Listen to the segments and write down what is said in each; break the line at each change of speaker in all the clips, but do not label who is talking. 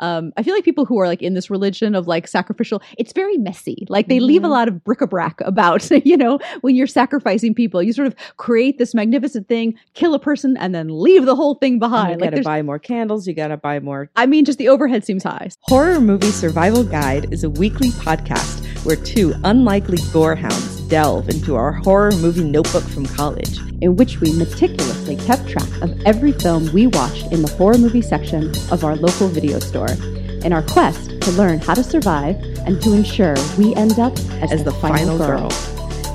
um, I feel like people who are like in this religion of like sacrificial, it's very messy. Like they leave a
Mm-hmm.
lot of bric-a-brac about, you know, when you're sacrificing people, you sort of create this magnificent thing, kill a person, and then leave the whole thing
You
behind. Like
gotta
there's,
buy more candles. You gotta buy more
I mean, just the overhead seems high.
Horror Movie Survival Guide is a weekly podcast where two unlikely gorehounds delve into our horror movie notebook from college.
in which we meticulously kept track of every film we watched in the horror movie section of our local video store in our quest to learn how to survive and to ensure we end up as,
as the final girl.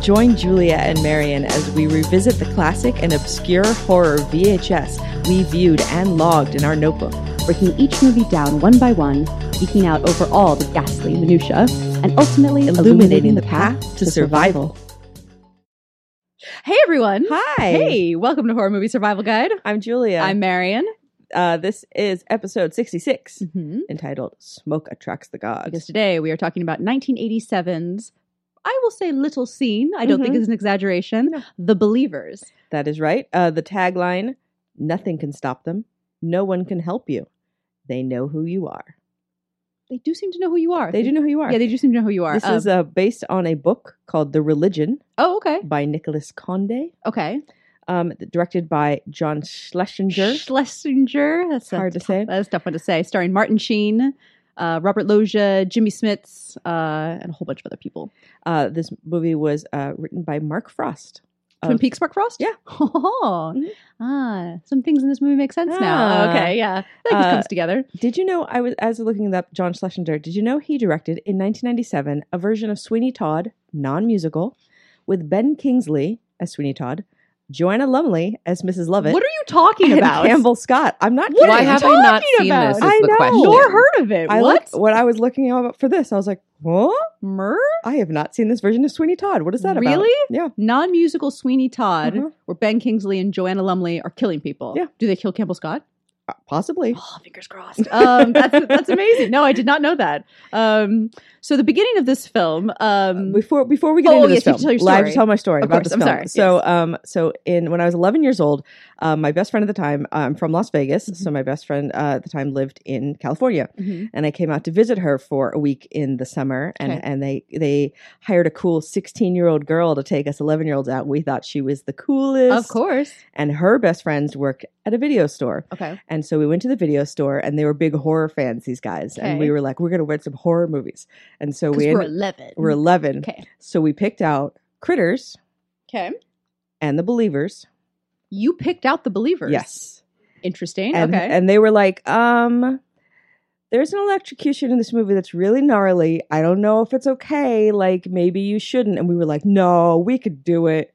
Join Julia and Marion as we revisit the classic and obscure horror VHS we viewed and logged in our notebook.
breaking each movie down one by one, eking out over all the ghastly minutiae, and ultimately illuminating, the path to survival.
Hey, everyone.
Hi.
Hey, welcome to Horror Movie Survival Guide.
I'm Julia.
I'm Marion.
uh, this is episode 66
Mm-hmm.
entitled Smoke Attracts the
Because
Gods.
today we are talking about 1987's, I will say, little scene. I don't think
Mm-hmm.
Mhm.
is an exaggeration. The Believers.
That is right. Uh, the tagline Nothing can stop them, no one can help you. They know who you are.
They do seem to know who you are.
They do know who you are.
Yeah, they do seem to know who you are.
This
Um,
is uh, based on a book called The Religion
oh, okay.
by Nicholas Conde,
Okay.
um, directed by John Schlesinger.
Schlesinger. That's a
Hard to
tough-
say.
That's a tough one to say. Starring Martin Sheen, uh, Robert Loggia, Jimmy Smits, uh, and a whole bunch of other people.
Uh, this movie was uh, written by Mark Frost.
Twin
of-
Peaks Mark Frost?
Yeah.
Oh,
Mhm.
ah, some things in this movie make sense now.
Ah.
Okay, yeah. I think this
Uh,
comes together.
Did you know? I was as I was looking up John Schlesinger. Did you know he directed in 1997 a version of Sweeney Todd, non-musical, with Ben Kingsley as Sweeney Todd, Joanna Lumley as Mrs. Lovett,
What are you talking
and
about?
Campbell Scott. I'm not
What
kidding.
are
Why
you
have I not
talking
seen
about?
this? Is
I
the
know.
question.
Nor heard of it.
I
what?
looked- when I was looking up for this, I was like, "What?
Mer?
I have not seen this version of Sweeney Todd. What is that about?"
Really?
Yeah.
Non musical Sweeney Todd,
Uh-huh.
where Ben Kingsley and Joanna Lumley are killing people.
Yeah.
Do they kill Campbell Scott?
Uh, Possibly.
Oh, fingers crossed. Um, that's, that's amazing. No, I did not know that. Um, so the beginning of this film, um,
before before we get
Oh,
into
yes,
this
you
film,
tell your
well, I have
story.
to tell my story
Of
about
course,
this
I'm
film.
sorry,
So, um, so in when I was 11 years old, uh, my best friend at the time, I'm from Las Vegas,
Mm-hmm.
so my best friend uh, at the time lived in California,
mhm.
and I came out to visit her for a week in the summer, and
Okay.
and they they hired a cool 16 year old girl to take us 11 year olds out. We thought she was the coolest,
of course.
And her best friends worked at a video store,
Okay.
and so we went to the video store, and they were big horror fans. These guys, and
Okay.
we were like, we're gonna rent some horror movies, and so
Because
we
we're
ended,
11.
we're 11.
okay.
So we picked out Critters
Okay.
and the Believers.
You picked out the believers.
Yes.
Interesting.
And,
okay.
and they were like, um, there's an electrocution in this movie that's really gnarly. I don't know if it's okay. Like, maybe you shouldn't. And we were like, no, we could do it.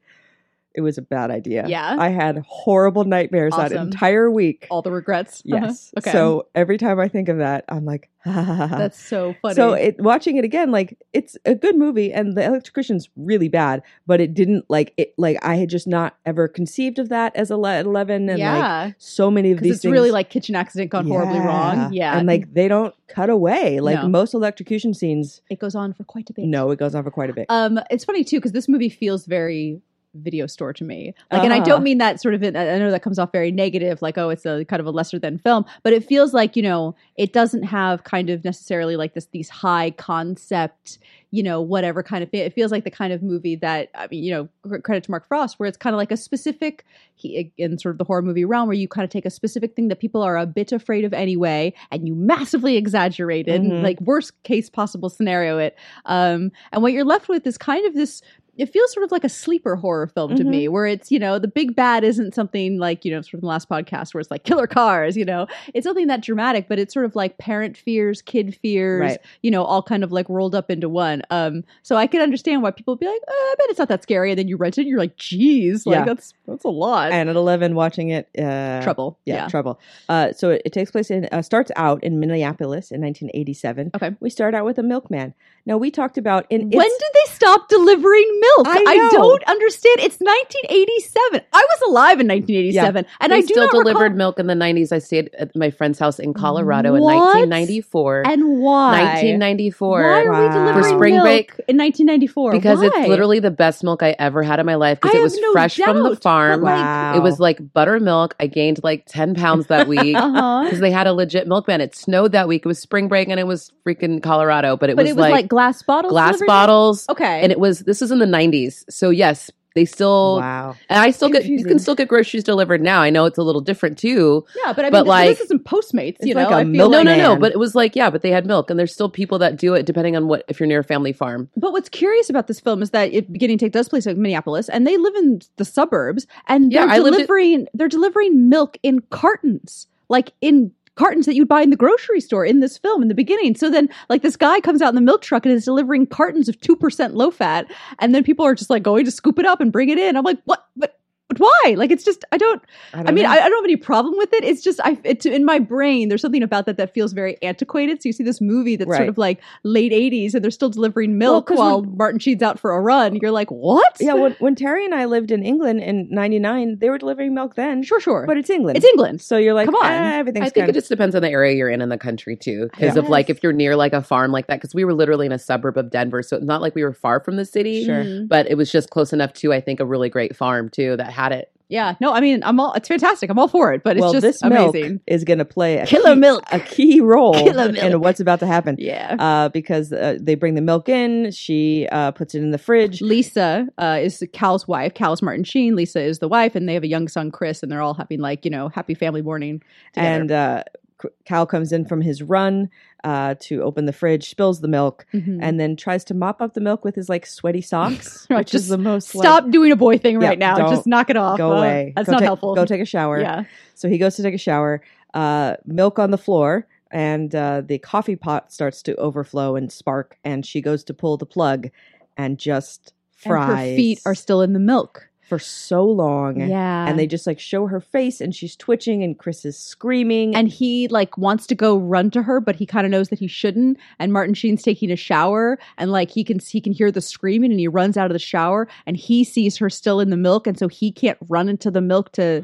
It was a bad idea.
Yeah.
I had horrible nightmares that
Awesome.
entire week.
All the regrets.
yes.
Uh-huh. Okay.
So every time I think of that, I'm like,
that's so funny.
Uh-huh. So it, watching it again, like it's a good movie, and the electrocution's really bad, but it didn't like it. Like I had just not ever conceived of that as a le- eleven, and like
yeah.
so many of
Because
these
it's
things
really like kitchen accident gone horribly wrong. Yeah.
and like they don't cut away. Like
No.
most electrocution scenes,
it goes on for quite a bit.
no, it goes on for quite a bit.
Um, it's funny too because this movie feels very video store to me. Like, and I
Ah.
don't mean that sort of. In, I I know that comes off very negative, like oh, it's a kind of a lesser than film. But it feels like you know it doesn't have kind of necessarily like this these high concept, you know, whatever kind of. It feels like the kind of movie that I mean, you know, cr- credit to Mark Frost, where it's kind of like a specific he, in sort of the horror movie realm, where you kind of take a specific thing that people are a bit afraid of anyway, and you massively exaggerate it,
Mhm.
and like worst case possible scenario it. Um, and what you're left with is kind of this. It feels sort of like a sleeper horror film
Mm-hmm.
to me, where it's you know the big bad isn't something like you know sort of the last podcast where it's like killer cars, you know, it's something that dramatic, but it's sort of like parent fears, kid fears,
Right.
you know, all kind of like rolled up into one. Um, so I can understand why people be like, uh I bet it's not that scary, and then you rent it, and you're like, geez, like
Yeah.
that's that's a lot
and at eleven, watching it, uh,
trouble.
Yeah, trouble. Uh, so it, it takes place in uh, starts out in Minneapolis in 1987.
Okay.
we start out with a milkman. Now we talked about in
When
it's-
did they stop delivering milk.
I
I,
know.
don't understand. It's 1987. I was alive in 1987, and
they
I do
still
not
delivered
recall-
milk in the 90s. I stayed at my friend's house in Colorado in
What?
1994.
And why?
1994.
Why are
Wow.
we delivering
For spring
milk
break?
in 1994?
because
Why?
it's literally the best milk I ever had in my life because
I
it was
have no
fresh from the
doubt,
farm.
but, like-
wow.
It was like buttermilk. I gained like 10 pounds that week
uh-huh.
because they had a legit milkman. It snowed that week. It was spring break and it was freaking Colorado, but it,
but
was,
it was like,
like,
glass bottles.
glass
delivered?
bottles.
Okay.
And it was, this is in the 90s. So, yes, they still,
wow.
and I still get, you
Confusing.
can still get groceries delivered now. I know it's a little different too.
yeah, but I mean,
but,
th-
like-
this isn't Postmates.
It's
You
like
know,
a
I feel
milk-
like,
No, no, no.
man.
But it was like, yeah, but they had milk and there's still people that do it depending on what, if you're near a family farm.
But what's curious about this film is that it beginning take does place in Minneapolis, and they live in the suburbs, and
Yeah,
they're
I lived in-
delivering they're delivering milk in cartons, like in cartons that you'd buy in the grocery store in this film in the beginning. So then, like this guy comes out in the milk truck and is delivering cartons of two percent low fat, and then people are just like going to scoop it up and bring it in. I'm like, what? But but why? Like it's just I don't. I, mean, I, I don't have any problem with it. It's just I it's in my brain. There's something about that that feels very antiquated. So you see this movie that's
Right.
sort of like late '80s, and they're still delivering milk
'cause
while Martin Sheen's out for a run. You're like, what?
Yeah, when, when Terry and I lived in England in 99, they were delivering milk then,
sure, sure.
but it's England.
it's England.
so you're like,
Come on.
ah, everything's
I think it
kind of-
just depends on the area you're in in the country too, because of
Yes.
like if you're near like a farm like that, because we were literally in a suburb of Denver, so it's not like we were far from the city,
Sure.
Mhm.
but it was just close enough to I think a really great farm too that had it.
Yeah. No, I mean, I'm all. It's fantastic. I'm all for it. But it's
well,
just
this milk
amazing.
is going to play a
Killer
key,
milk.
a key role
Killer
in
milk.
what's about to happen.
Yeah.
Uh, because uh, they bring the milk in, she uh, puts it in the fridge.
Lisa uh, is Cal's wife. Cal's Martin Sheen. Lisa is the wife, and they have a young son, Chris, and they're all having like you know happy family morning Mm-hmm. together.
and uh, C- Cal comes in from his run uh, to open the fridge, spills the milk,
Mhm.
and then tries to mop up the milk with his like sweaty socks,
Right,
which is
just
the most
Stop doing a boy thing
Yeah,
right now.
don't-
Just knock it off.
Like, go
Uh,
away.
That's
Go
not
take-
helpful.
Go take a shower.
Yeah.
So he goes to take a shower. Uh, milk on the floor, and uh, the coffee pot starts to overflow and spark. And she goes to pull the plug, and just fries.
And her feet are still in the milk.
for so long.
Yeah.
And they just like show her face, and she's twitching, and Chris is screaming.
and he like wants to go run to her, but he kind of knows that he shouldn't. And Martin Sheen's taking a shower, and like he can he can hear the screaming, and he runs out of the shower, and he sees her still in the milk, and so he can't run into the milk
Mm.
to.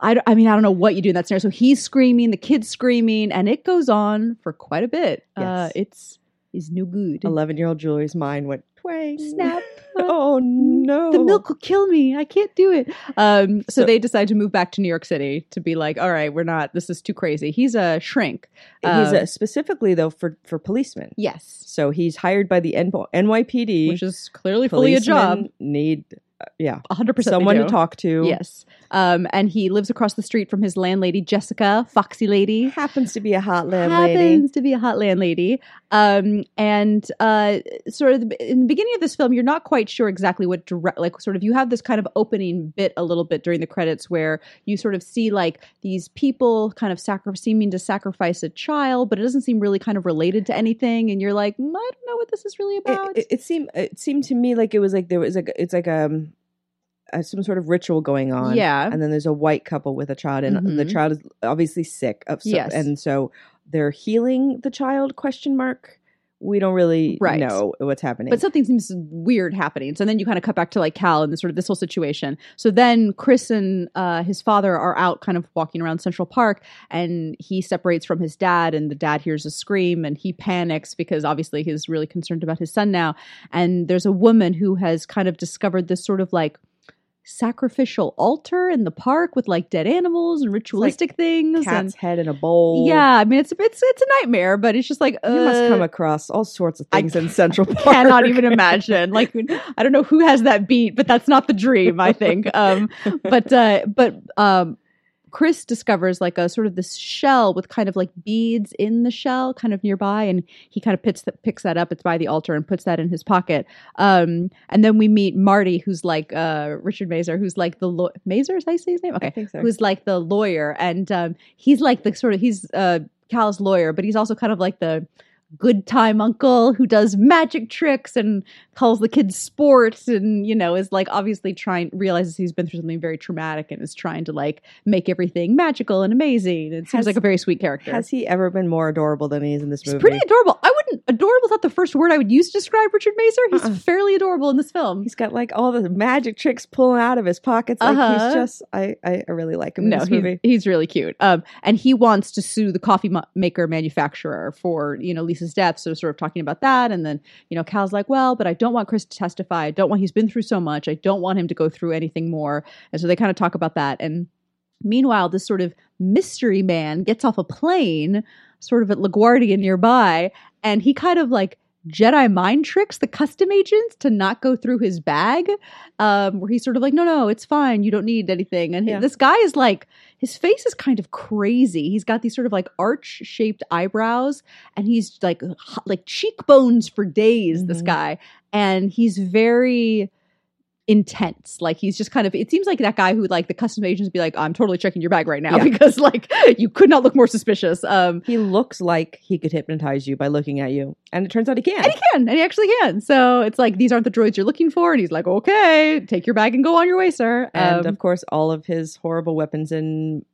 I, don't- I mean I don't know what you do in that scenario. So he's screaming, the kid's screaming, and it goes on for quite a bit. Uh,
Yes.
it's is no good.
Eleven-year-old Julie's mind went twang.
Snap.
oh no!
the milk will kill me. I can't do it. Um, so,
So-
they decide to move back to New York City to be like, all right, we're not. This is too crazy. He's a shrink.
He's
Uh,
uh, specifically though for for policemen.
yes,
So he's hired by the N- NYPD.
which is clearly fully a job.
Policemen Need
One hundred percent.
someone to talk to.
Yes. Um, and he lives across the street from his landlady, Jessica, foxy
He
lady.
happens to be a hot landlady.
Happens to be a hot landlady. Um, and uh, sort of the, in the beginning of this film, you're not quite sure exactly what direct, like, sort of, you have this kind of opening bit a little bit during the credits where you sort of see like these people kind of sacri- seeming to sacrifice a child, but it doesn't seem really kind of related to anything. And you're like, mm, I don't know what this is really
It,
about.
it, it seemed it seemed to me like it was like there was like it's like um, a some sort of ritual going on.
yeah.
and then there's a white couple with a child and the
Mhm.
child is obviously sick of so,
Yes.
and so they're healing the child question mark we don't really
Right.
know what's happening
But something seems weird happening. So then you kind of cut back to like Cal and the sort of this whole situation. So then Chris and uh, his father are out kind of walking around Central Park and he separates from his dad and the dad hears a scream and he panics because obviously he's really concerned about his son now. And there's a woman who has kind of discovered this sort of like sacrificial altar in the park with like dead animals and ritualistic things.
cat's
And
head in a bowl
yeah, I mean it's it's it's a nightmare, but it's just like
you must
uh,
come across all sorts of
I
things in central park
cannot even imagine. Like I don't know who has that beat, but that's not the dream, I think. Um but uh but um Chris discovers like a sort of this shell with kind of like beads in the shell kind of nearby and he kind of picks that picks that up it's by the altar and puts that in his pocket um and then we meet Marty who's like uh Richard Mazer who's like the law Mazer is that how you say his name okay
I think so.
who's like the lawyer and um, he's like the sort of he's uh, cal's lawyer but he's also kind of like the good time uncle who does magic tricks and calls the kids sports and you know is like obviously trying realizes he's been through something very traumatic and is trying to like make everything magical and amazing it seems
Has-
like a very sweet character
has he ever been more adorable than he is in this
he's
movie
pretty adorable i wouldn't adorable is not the first word I would use to describe Richard Mazer. He's
Uh-uh.
fairly adorable in this film.
He's got like all the magic tricks pulling out of his pockets. Like
Uh-huh.
he's just, I, I, I really like him in
no,
this
he's,
movie.
he's really cute. Um, and he wants to sue the coffee mu- maker manufacturer for you know Lisa's death. So sort of talking about that, and then you know Cal's like, well, but I don't want Chris to testify. I don't want he's been through so much. I don't want him to go through anything more. And so they kind of talk about that. And meanwhile, this sort of mystery man gets off a plane, sort of at LaGuardia nearby, and he kind of like. Jedi mind tricks the custom agents to not go through his bag, um, where he's sort of like, "No, no, it's fine. You don't need anything." And he-
Yeah.
this guy is like, his face is kind of crazy. He's got these sort of like arch shaped eyebrows, and he's like h- like cheekbones for days. This
Mhm.
guy, and he's very intense. Like he's just kind of. It seems like that guy who like the custom agents be like, "I'm totally checking your bag right now
Yeah.
because like you could not look more suspicious." Um,
He looks like he could hypnotize you by looking at you, and it turns out he can.
and he can, and he actually can. So it's like these aren't the droids you're looking for, and he's like, "Okay, take your bag and go on your way, sir." Um,
and of course, all of his horrible weapons and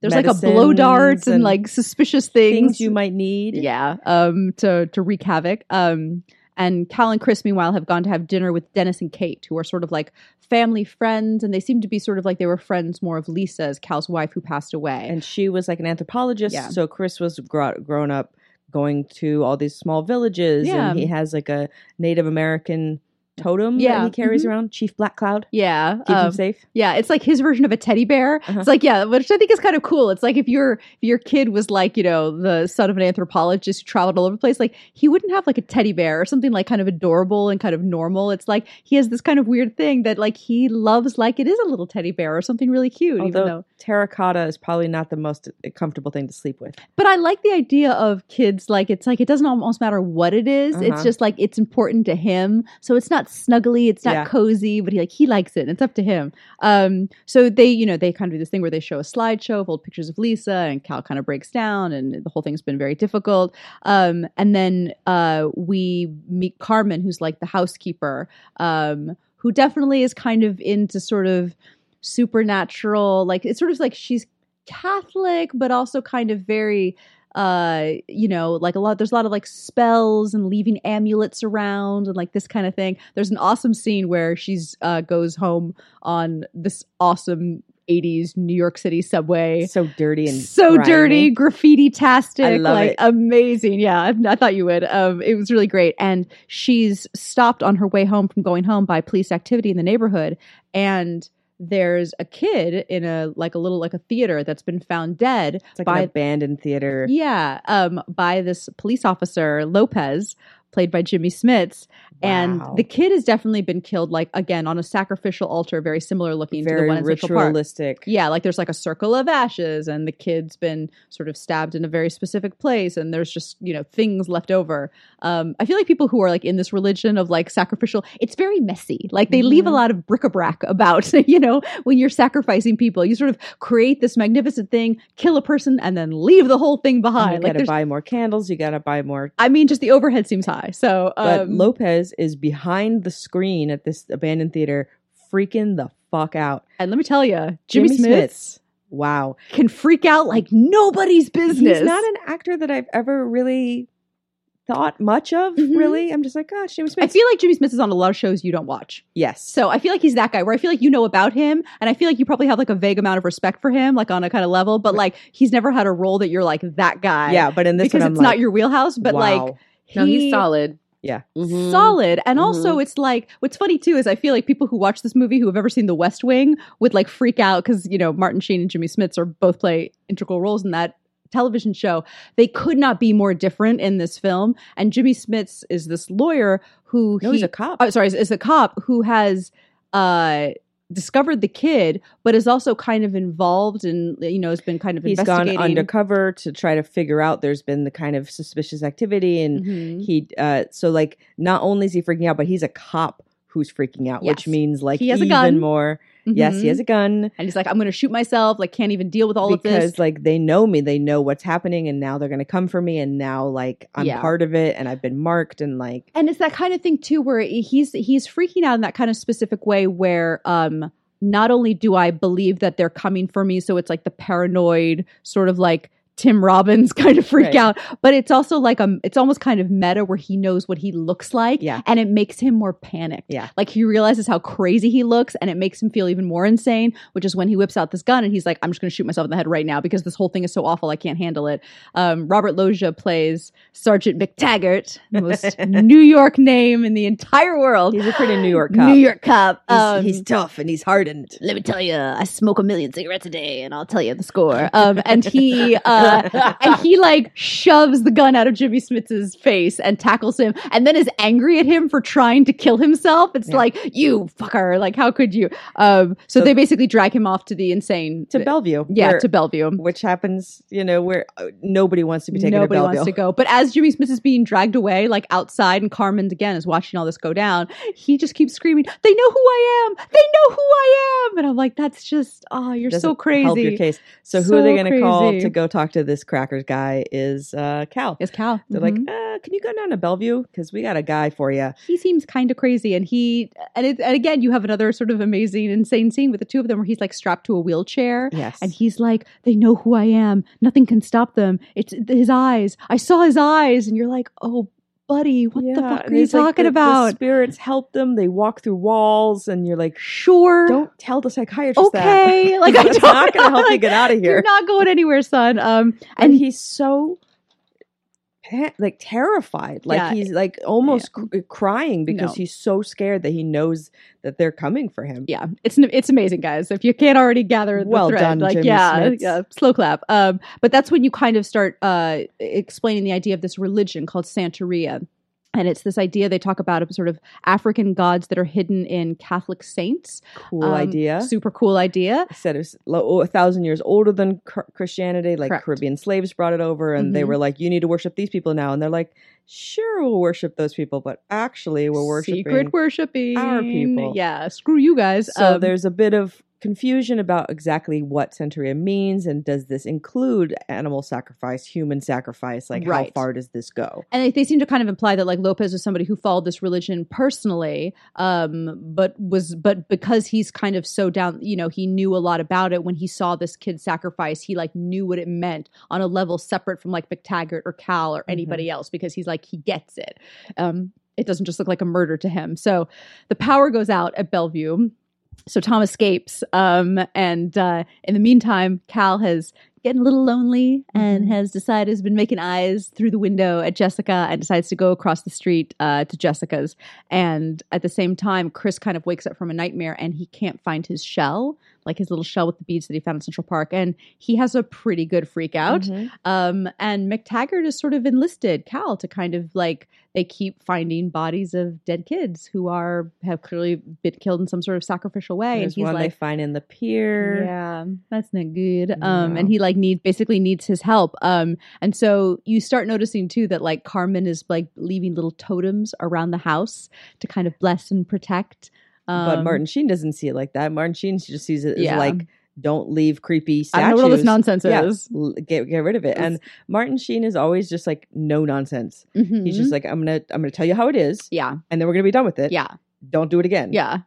there's like a blow darts
medicines
and,
and
like suspicious
things you might need.
Yeah, um, to to wreak havoc. Um, and Cal and Chris, meanwhile, have gone to have dinner with Dennis and Kate, who are sort of like family friends, and they seem to be sort of like they were friends more of Lisa's, Cal's wife, who passed away.
And she was like an anthropologist,
Yeah.
so Chris was gro- grown up going to all these small villages,
Yeah.
and he has like a Native American totem
Yeah.
that he carries
Mhm.
around, Chief Black Cloud,
yeah,
keep him
um,
safe.
yeah, it's like his version of a teddy bear.
Uh-huh.
It's like yeah, which I think is kind of cool. It's like if your if your kid was like you know the son of an anthropologist who traveled all over the place, like he wouldn't have like a teddy bear or something like kind of adorable and kind of normal. It's like he has this kind of weird thing that like he loves like it is a little teddy bear or something really cute, even
Although-
though.
Terracotta is probably not the most comfortable thing to sleep with.
But I like the idea of kids like it's like it doesn't almost matter what it is. It's
Uh-huh.
just like it's important to him. So it's not snuggly, it's not
Yeah.
cozy, but he like he likes it. And it's up to him. Um so they, you know, they kind of do this thing where they show a slideshow of old pictures of Lisa and Cal kind of breaks down and the whole thing's been very difficult. Um and then uh we meet Carmen who's like the housekeeper um who definitely is kind of into sort of supernatural like it's sort of like she's Catholic, but also kind of very uh you know like a lot there's a lot of like spells and leaving amulets around and like this kind of thing there's an awesome scene where she's uh goes home on this awesome 80s new york city subway
So dirty and
so
grimy.
dirty graffiti tastic
I love
like
it.
amazing yeah I, I thought you would um it was really great and she's stopped on her way home from going home by police activity in the neighborhood and there's a kid in a like a little like a theater that's been found dead
It's like
by-
an abandoned theater.
yeah um by this police officer lopez played by jimmy smits and
Wow.
the kid has definitely been killed like again on a sacrificial altar very similar looking to the
very
one in Central Park.
ritualistic.
Yeah, like there's like a circle of ashes, and the kid's been sort of stabbed in a very specific place, and there's just you know things left over. Um, I feel like people who are like in this religion of like sacrificial, it's very messy. Like they leave a
Mhm.
lot of bric-a-brac about. You know, when you're sacrificing people, you sort of create this magnificent thing, kill a person, and then leave the whole thing
And
behind.
You
Like
gotta
there's,
buy more candles. You gotta buy more.
I mean, just the overhead seems high. So,
But
um,
Lopez is behind the screen at this abandoned theater, freaking the fuck out.
and let me tell you, Jimmy, Smith
Wow,
can freak out like nobody's business.
he's not an actor that I've ever really thought much of.
Mhm.
Really, I'm just like, gosh, Jimmy Smith.
I feel like Jimmy Smith is on a lot of shows you don't watch.
yes.
So I feel like he's that guy where I feel like you know about him and I feel like you probably have like a vague amount of respect for him, like on a kind of level, but like he's never had a role that you're like that guy.
yeah, but in this
Because
one, I'm
it's
like,
not your wheelhouse, but like
wow. Mm-hmm.
No, he's solid.
Yeah.
Mhm.
solid. And also
Mm-hmm.
Mhm.
it's like what's funny too is I feel like people who watch this movie who have ever seen The West Wing would like freak out because, you know, Martin Sheen and Jimmy Smits are both play integral roles in that television show. They could not be more different in this film. And Jimmy Smits is this lawyer who
no,
he,
he's a cop.
oh, sorry, is, is the cop who has uh, discovered the kid, but is also kind of involved and you know has been kind of
He's gone
investigating.
undercover to try to figure out. There's been the kind of suspicious activity and
Mhm.
he uh so like not only is he freaking out but he's a cop who's freaking out
Yes.
which means like
He has a
even
gun.
more yes he
Mhm.
has a gun
And he's like, I'm going to shoot myself. Like, can't even deal with all
because
of this.
like they know me they know what's happening and now they're gonna come for me and now like i'm
Yeah.
part of it and i've been marked and like
And it's that kind of thing too, where he's he's freaking out in that kind of specific way, where um, not only do I believe that they're coming for me, so it's like the paranoid sort of like Tim Robbins kind of freak
Right.
out, but it's also like um, it's almost kind of meta where he knows what he looks like,
Yeah.
and it makes him more panicked.
Yeah.
like he realizes how crazy he looks, and it makes him feel even more insane. Which is when he whips out this gun and he's like, "I'm just going to shoot myself in the head right now because this whole thing is so awful, I can't handle it." Um, Robert Loggia plays Sergeant McTaggart, the most New York name in the entire world.
He's a pretty New York cop.
Oh, New York cop.
He's,
Um,
he's tough and he's hardened.
let me tell you, I smoke a million cigarettes a day, and I'll tell you the score. Um, and he uh, and he like shoves the gun out of Jimmy Smith's face and tackles him, and then is angry at him for trying to kill himself. It's
Yeah.
like you fucker, like how could you? Um, so,
So-
they basically drag him off to the insane
To Bellevue.
yeah
where-
to Bellevue.
which happens, you know, where uh, nobody wants to be taken
Nobody
to
wants
Belleville.
to go. But as Jimmy Smith is being dragged away, like outside, and Carmen again is watching all this go down, he just keeps screaming, They know who I am! They know who I am! And I'm like, That's just, oh, you're
Doesn't
so crazy.
Help your case. So, who are they
So
going to call
crazy.
to go talk to this crackers guy? Is uh, Cal?
Is Cal.
They're
Mhm.
like, uh, can you go down to Bellevue? Because we got a guy for you.
he seems kind of crazy, and he and, it, and again, you have another sort of amazing, insane scene with the two of them where he's like strapped to a wheelchair,
Yes.
and he's like, "They know who I am. Nothing can stop them. It's his eyes. I saw his eyes," and you're like, "Oh, buddy, what the
Yeah,
fuck
and
are you
he's like,
talking
the- the
about?"
spirits help them. They walk through walls, and you're like,
sure,
don't tell the psychiatrist that.
okay, like I
That's
don't
not going to
know,
help you
like,
get out of
You're
here.
not going anywhere, son. Um,
and
and he,
he's so pa- like terrified like
Yeah.
he's like almost cr- crying because
No.
he's so scared that he knows that they're coming for him
yeah, it's an- it's amazing, guys. If you can't already gather the
Well
thread,
done,
like
Jimmy
yeah,
Smits.
yeah, slow clap. Um, but that's when you kind of start uh explaining the idea of this religion called Santeria. And it's this idea they talk about of sort of African gods that are hidden in Catholic saints.
cool
Um,
idea
Super cool idea.
I said it was lo- oh, a thousand years older than cr- christianity like
Correct.
caribbean slaves brought it over and they
Mhm.
were like you need to worship these people now and they're like sure we'll worship those people but actually we're worshiping
Secret worshiping
our people.
Yeah, screw you guys.
So
Um,
there's a bit of confusion about exactly what centuria means and does this include animal sacrifice, human sacrifice? Like how
Right.
far does this go?
and they- they seem to kind of imply that like Lopez was somebody who followed this religion personally, um, but was but because he's kind of so down, you know, he knew a lot about it when he saw this kid sacrifice. He like knew what it meant on a level separate from like McTaggart or Cal or anybody else because he's like he gets it. Um, it doesn't just look like a murder to him. So the power goes out at Bellevue. So Tom escapes, um, and uh, in the meantime, Cal has getting a little lonely and
Mhm.
has decided has been making eyes through the window at Jessica and decides to go across the street uh, to Jessica's. And at the same time, Chris kind of wakes up from a nightmare and he can't find his shell, like his little shell with the beads that he found in Central Park. And he has a pretty good freak out. Um, and McTaggart is sort of enlisted Cal to kind of like they keep finding bodies of dead kids who are have clearly been killed in some sort of sacrificial way.
There's
and he's
one
like,
they find in the pier.
yeah, that's not good. Um,
No.
and he like need basically needs his help. Um, and so you start noticing too that like Carmen is like leaving little totems around the house to kind of bless and protect. Um,
But Martin Sheen doesn't see it like that. Martin Sheen just sees it as
Yeah.
like, don't leave creepy
I
statues.
don't know what all this nonsense
Yeah.
is.
L- Get get rid of it. And Martin Sheen is always just like no nonsense. He's
Mhm.
just like I'm gonna I'm gonna tell you how it is,
yeah,
and then we're gonna be done with it.
yeah,
Don't do it again.
yeah, Mm,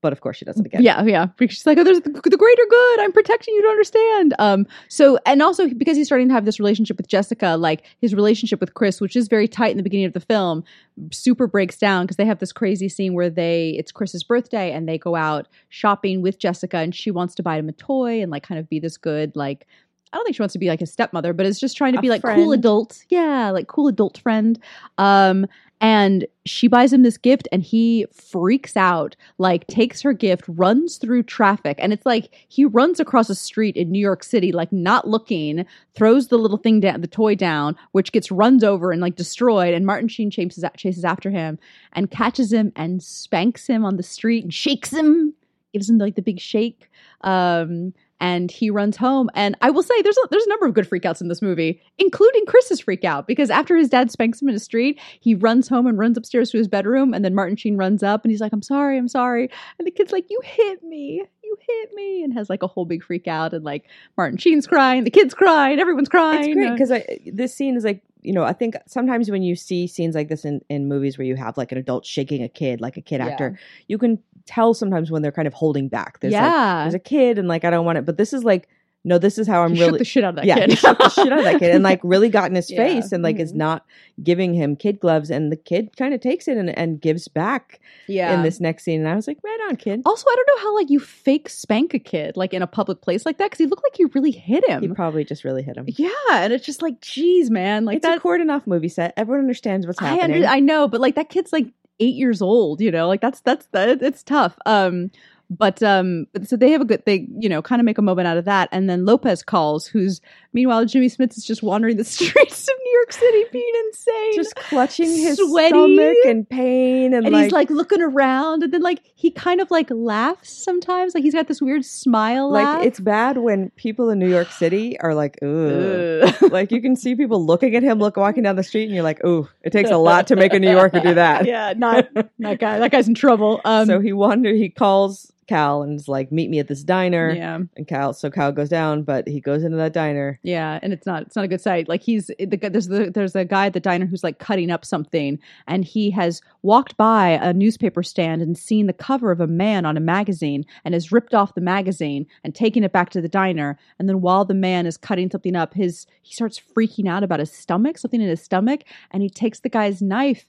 But of course she does it again.
yeah, yeah. Because she's like, oh, there's the, the greater good. I'm protecting you. you Don't understand. Um. So and also because he's starting to have this relationship with Jessica, like his relationship with Chris, which is very tight in the beginning of the film, super breaks down because they have this crazy scene where they it's Chris's birthday and they go out shopping with Jessica and she wants to buy him a toy and like kind of be this good like I don't think she wants to be like his stepmother, but it's just trying to
A
be like cool
friend.
adult. Yeah, like cool adult friend. Um and she buys him this gift and he freaks out, like takes her gift, runs through traffic and it's like he runs across a street in New York City like not looking throws the little thing down, the toy down, which gets runs over and like destroyed. And Martin Sheen chases chases after him and catches him and spanks him on the street and shakes him, gives him like the big shake. Um, and he runs home. And I will say, there's a, there's a number of good freakouts in this movie, including Chris's freak out because after his dad spanks him in the street, he runs home and runs upstairs to his bedroom, and then Martin Sheen runs up and he's like, "I'm sorry, I'm sorry," and the kid's like, "You hit me." You hit me and has like a whole big freak out and like Martin Sheen's crying, the kid's crying, everyone's crying.
It's great
Uh,
because this scene is like you know I think sometimes when you see scenes like this in, in movies where you have like an adult shaking a kid like a kid
Yeah.
actor you can tell sometimes when they're kind of holding back there's like
yeah.
there's a kid and like I don't want it but this is like no, this is how I'm
He shook
really
the shit out of that
yeah,
kid.
he shook the shit out of that kid and like really got in his
Yeah.
face and like is
Mhm.
not giving him kid gloves and the kid kind of takes it and, and gives back
yeah.
in this next scene and I was like, right on, kid.
also, I don't know how like you fake spank a kid like in a public place like that because he looked like you really hit him.
He probably just really hit him.
yeah, and it's just like, geez, man, like
it's
that.
a cordon off movie set. Everyone understands what's
I
happening.
under, I know, but like that kid's like eight years old, you know, like that's that's that it's tough. Um, but um, but so they have a good they you know kind of make a moment out of that, and then Lopez calls, who's meanwhile Jimmy Smith is just wandering the streets of New York City, being insane,
just clutching his
sweaty.
stomach and pain and,
and
like,
he's like looking around, and then like he kind of like laughs sometimes, like he's got this weird smile, laugh.
like it's bad when people in New York City are like, ooh.
Ugh.
like you can see people looking at him, look walking down the street, and you're like, ooh, it takes a lot to make a New Yorker do that.
yeah, not that guy. That guy's in trouble. Um,
so he wander. He calls Cal and is like, "Meet me at this diner."
yeah.
And Cal, so Cal goes down, but he goes into that diner.
Yeah, and it's not it's not a good sight. Like he's the guy- there's the there's a guy at the diner who's like cutting up something, and he has walked by a newspaper stand and seen the cover of a man on a magazine, and has ripped off the magazine and taken it back to the diner. And then while the man is cutting something up, his he starts freaking out about his stomach, something in his stomach, and he takes the guy's knife,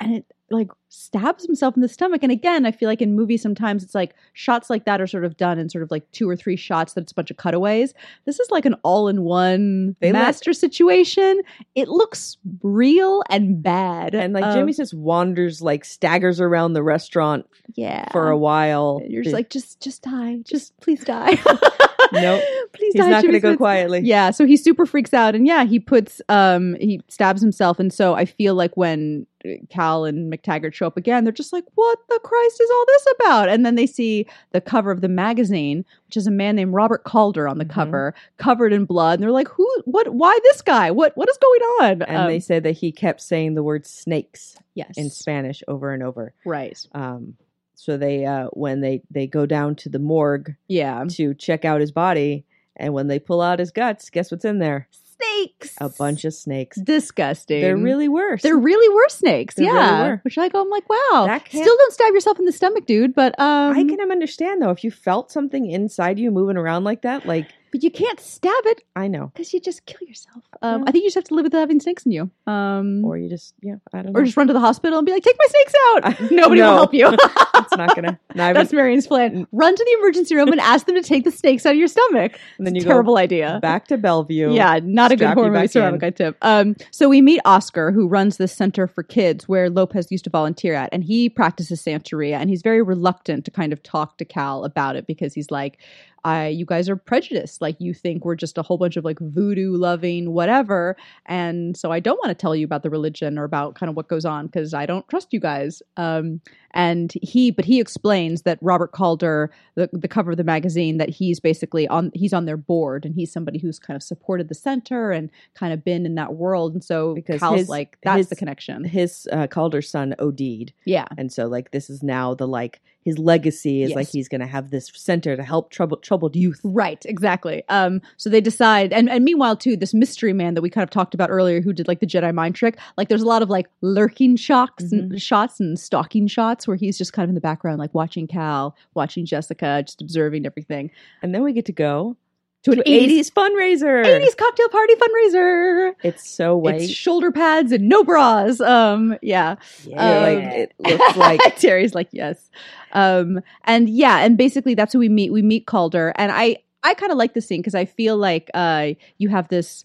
and it like stabs himself in the stomach and again i feel like in movies sometimes it's like shots like that are sort of done in sort of like two or three shots that it's a bunch of cutaways this is like an all-in-one
They let-
master situation. It looks real and bad.
And like
Um,
Jimmy just wanders, like staggers around the restaurant
yeah.
for a while.
And you're just
The-
like, just, just die, just please die.
Nope.
please
he's
die.
not going
Jimmy
to go
Smith.
quietly.
Yeah, so he super freaks out, and yeah, he puts, um, he stabs himself, and so I feel like when uh, Cal and McTaggart show up again, they're just like, "What the Christ is all this about?" And then they see the cover of the magazine, which is a man named Robert Calder on the
Mhm.
cover, covered in blood, and they're like, "Who? What? Why this guy? What? What is going on?"
And
Um,
they said that he kept saying the word snakes
yes,
in Spanish over and over.
right,
Um, so they, uh, when they they go down to the morgue
yeah,
to check out his body, and when they pull out his guts, guess what's in there?
snakes,
A bunch of snakes.
disgusting.
They're really worse.
There really were snakes,
There really
yeah.
were.
Which I go, I'm like, wow.
That can't-
Still don't stab yourself in the stomach, dude. But um,
I can understand though if you felt something inside you moving around like that. Like
but you can't stab it
I know,
because you just kill yourself. Um,
Yeah.
I think you just have to live with having snakes in you. Um, or,
or you just yeah, I don't know.
just run to the hospital and be like, take my snakes out.
I-
Nobody
no.
will help you.
it's not gonna. No, I
That's
mean,
Marion's plan. Run to the emergency room and ask them to take the snakes out of your stomach.
and then you
It's a terrible idea.
go back to Bellevue.
Yeah, not a good
strap you
horror movie
back
survival
in.
guide tip. Um, so we meet Oscar, who runs this center for kids where Lopez used to volunteer at, and he practices Santeria, and he's very reluctant to kind of talk to Cal about it because he's like, I, you guys are prejudiced. Like you think we're just a whole bunch of like voodoo loving whatever, and so I don't want to tell you about the religion or about kind of what goes on because I don't trust you guys. Um, and he, but he explains that Robert Calder the, the cover of the magazine that he's basically on he's on their board and he's somebody who's kind of supported the center and kind of been in that world and so
Because
Cal's
his-
like that's
his-
the connection
His uh, Calder's son OD'd,
yeah
and so like this is now the like his legacy is like
Yes.
he's gonna have this center to help troubled troubled youth.
Right, exactly. Um, so they decide, and, and meanwhile, too, this mystery man that we kind of talked about earlier, who did like the Jedi mind trick, like there's a lot of like lurking shocks
Mm-hmm.
and shots and stalking shots where he's just kind of in the background, like watching Cal, watching Jessica, just observing everything.
And then we get to go
To an 80s,
80s fundraiser.
80s cocktail party fundraiser.
It's so white.
It's shoulder pads and no bras. Um, yeah.
Yeah, like
um,
it looks like
Terry's like, yes. Um, and yeah, and basically that's who we meet. We meet Calder, and I I kind of like this scene because I feel like uh, you have this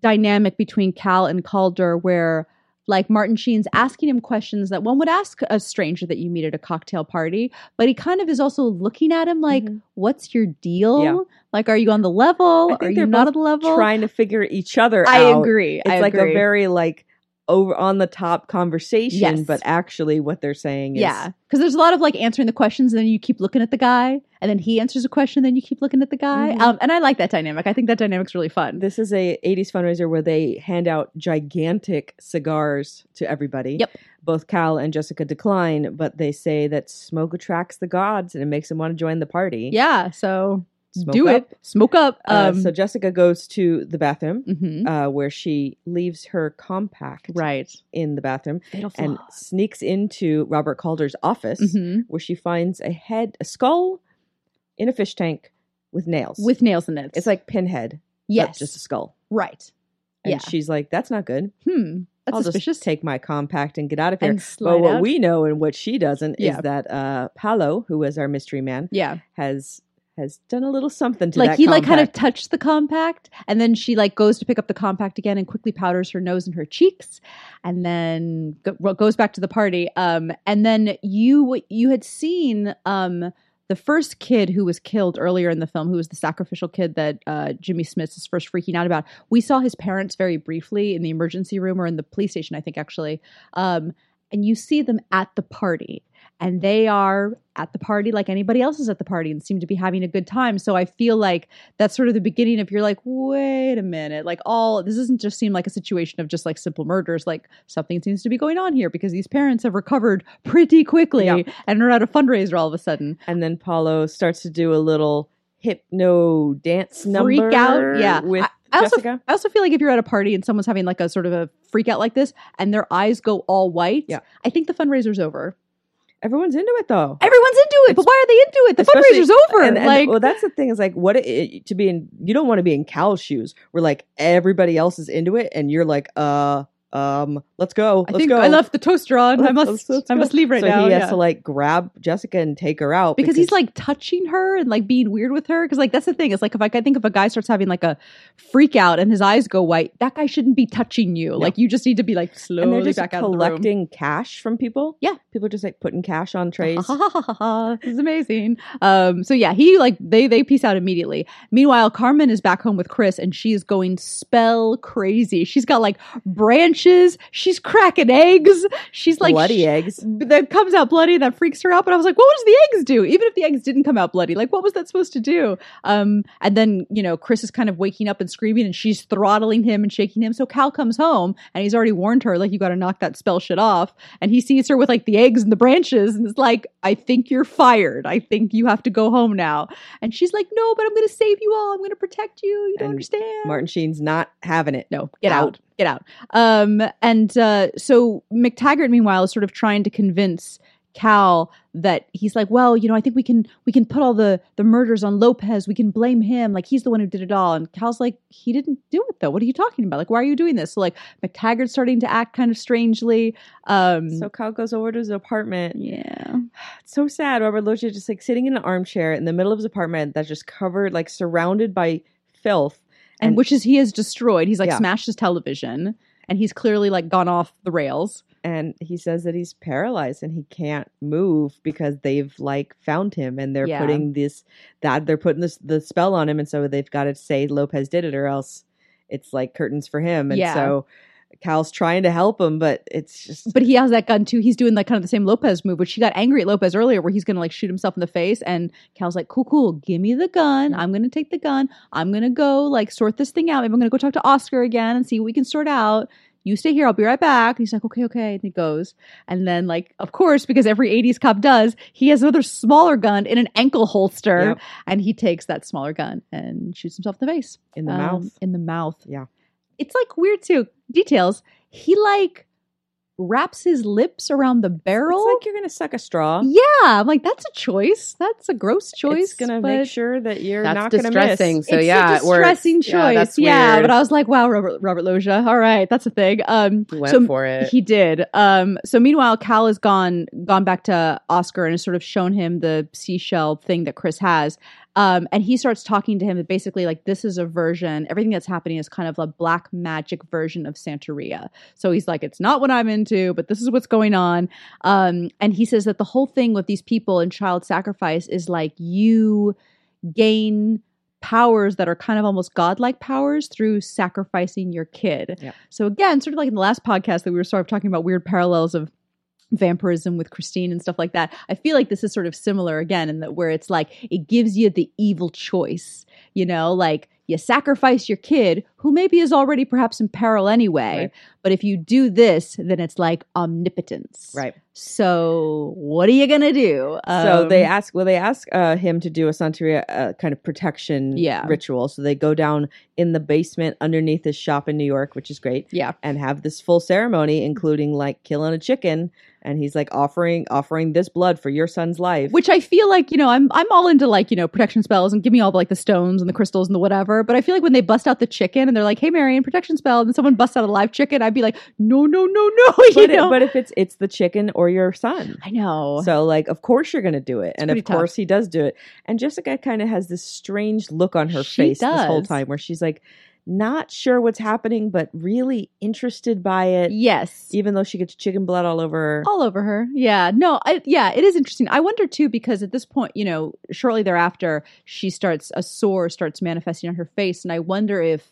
dynamic between Cal and Calder where like Martin Sheen's asking him questions that one would ask a stranger that you meet at a cocktail party, but he kind of is also looking at him like,
Mhm.
"What's your deal?
Yeah.
Like, are you on the level?
I think
Are you
they're
not
both
on the level?"
trying to figure each other
I
out.
agree.
It's
I
like
agree.
a very like over on the top conversation,
Yes.
but actually what they're saying is
Yeah, because there's a lot of like answering the questions, and then you keep looking at the guy, and then he answers a question, then you keep looking at the guy.
Mhm.
Um, and I like that dynamic. I think that dynamic's really fun.
This is a 80s fundraiser where they hand out gigantic cigars to everybody.
Yep.
Both Cal and Jessica decline, but they say that smoke attracts the gods and it makes them want to join the party.
Yeah, so
Smoke
do
up.
it, smoke up.
Uh,
Um,
so Jessica goes to the bathroom
mhm.
uh, where she leaves her compact
right,
in the bathroom
fatal
and sneaks into Robert Calder's office
hmm
where she finds a head, a skull in a fish tank with nails.
with nails in it.
it's like Pinhead, but
yes,
just a skull.
right.
And
Yeah.
she's like, "That's not good.
Hmm. That's
I'll
suspicious.
just take my compact and get out of here."
and
but
slide
what
out.
we know and what she doesn't
Yeah.
is that uh, Paolo, who was our mystery man,
yeah,
has has done a little something to
like
that
he like kind of
compact.
touched the compact, and then she like goes to pick up the compact again and quickly powders her nose and her cheeks, and then go, well, goes back to the party. Um, and then you what you had seen um. The first kid who was killed earlier in the film, who was the sacrificial kid that uh, Jimmy Smith is first freaking out about, we saw his parents very briefly in the emergency room or in the police station, I think actually. Um, and you see them at the party, and they are at the party like anybody else is at the party and seem to be having a good time. So I feel like that's sort of the beginning of you're like, wait a minute, like all this doesn't just seem like a situation of just like simple murders. Like something seems to be going on here because these parents have recovered pretty quickly
Yeah.
and are at a fundraiser all of a sudden.
and then Paolo starts to do a little hypno dance
Freak
number.
out, yeah.
with
I also
Jessica.
I also feel like if you're at a party and someone's having like a sort of a freak out like this and their eyes go all white,
Yeah.
I think the fundraiser's over.
Everyone's into it though.
Everyone's into it, but why are they into it? The
Especially-
fundraiser's over.
And, and-
like,
well, that's the thing is like, what it, to be in? You don't want to be in Cal's shoes, where like everybody else is into it, and you're like, uh, um, let's go,
I
let's
think
go.
I left the toaster on. I
Let's-
must,
let's- let's
I
go.
must leave right
so
now.
he has
yeah.
to like grab Jessica and take her out
because he's like touching her and like being weird with her. Because like that's the thing. It's like if I, I think if a guy starts having like a freak out and his eyes go white, that guy shouldn't be touching you. Like you just need to be like
and they're
slowly
just
back out of the room.
collecting cash from people.
Yeah.
people are just like putting cash on trays.
Ha, ha, ha, ha, ha. this is amazing. Um, so yeah, he like they they peace out immediately. Meanwhile, Carmen is back home with Chris, and she is going spell crazy. She's got like branches. She's cracking eggs. She's like
bloody
sh-
eggs.
that comes out bloody that freaks her out but i was like what does the eggs do even if the eggs didn't come out bloody like what was that supposed to do um and then you know chris is kind of waking up and screaming and she's throttling him and shaking him so cal comes home and he's already warned her like you gotta knock that spell shit off and he sees her with like the eggs and the branches and it's like i think you're fired i think you have to go home now and she's like no but i'm gonna save you all i'm gonna protect you you don't
And
understand
Martin Sheen's not having it.
no, get
Out.
out. Get out. Um, and uh, so McTaggart, meanwhile, is sort of trying to convince Cal that he's like, well, you know, I think we can we can put all the the murders on Lopez. We can blame him. Like he's the one who did it all. And Cal's like, he didn't do it though. What are you talking about? Like, why are you doing this? So like McTaggart's starting to act kind of strangely. Um,
So Cal goes over to his apartment.
yeah,
It's so sad. Robert Loggia just like sitting in an armchair in the middle of his apartment that's just covered, like surrounded by filth.
and,
And-
which is he has destroyed. He's like
Yeah.
smashed his television, and he's clearly like gone off the rails.
And he says that he's paralyzed and he can't move because they've like found him and they're
Yeah.
putting this that they're putting this the spell on him, and so they've got to say Lopez did it or else it's like curtains for him. And
Yeah.
so Cal's trying to help him, but it's just
But he has that gun too. He's doing like kind of the same Lopez move, which he got angry at Lopez earlier, where he's gonna like shoot himself in the face. And Cal's like, "Cool, cool, give me the gun. I'm gonna take the gun. I'm gonna go like sort this thing out. Maybe I'm gonna go talk to Oscar again and see what we can sort out. You stay here. I'll be right back." And he's like, "Okay, okay." And he goes, and then like, of course, because every '80s cop does, he has another smaller gun in an ankle holster,
Yep.
and he takes that smaller gun and shoots himself in the face
in the
um,
mouth.
In the mouth.
Yeah.
It's like weird too. Details. He like wraps his lips around the barrel.
It's like you're gonna suck a straw.
yeah. I'm like, that's a choice. That's a gross choice.
It's gonna
but
make sure that you're
That's
not gonna
distressing.
miss.
So
it's
yeah,
a
it works.
distressing choice.
Yeah,
Yeah,
that's weird.
but I was like, wow, Robert Robert Loggia. All right, that's a thing. Um,
He went
so
for it.
he did. Um, so meanwhile, Cal has gone gone back to Oscar and has sort of shown him the seashell thing that Chris has. Um, and he starts talking to him that basically like this is a version. Everything that's happening is kind of a black magic version of Santeria. So he's like, it's not what I'm into, but this is what's going on. Um, and he says that the whole thing with these people and child sacrifice is like you gain powers that are kind of almost godlike powers through sacrificing your kid.
Yeah.
So again, sort of like in the last podcast that we were sort of talking about weird parallels of vampirism with Christine and stuff like that. I feel like this is sort of similar again in that where it's like it gives you the evil choice, you know, like you sacrifice your kid who maybe is already perhaps in peril anyway.
Right.
But if you do this, then it's like omnipotence.
Right.
So what are you gonna do?
so
Um,
they ask, well, they ask uh, him to do a Santeria uh, kind of protection
Yeah.
ritual. So they go down in the basement underneath his shop in New York, which is great,
yeah.
and have this full ceremony, including like killing a chicken and he's like offering offering this blood for your son's life.
Which I feel like, you know, I'm I'm all into like, you know, protection spells and give me all like the stones and the crystals and the whatever. But I feel like when they bust out the chicken and they're like, "Hey, Marion, protection spell," and someone busts out a live chicken, I'd be like, "No, no, no, no!" You
but, it-
know.
but if it's it's the chicken or your son.
I know.
So like of course you're gonna do it. and
pretty
of
tough.
course he does do it. And Jessica kind of has this strange look on her
She
face this whole
does.
time where she's like not sure what's happening, but really interested by it.
yes.
Even though she gets chicken blood all over her.
all over her yeah no I, yeah it is interesting i wonder too because at this point you know shortly thereafter she starts a sore starts manifesting on her face and i wonder if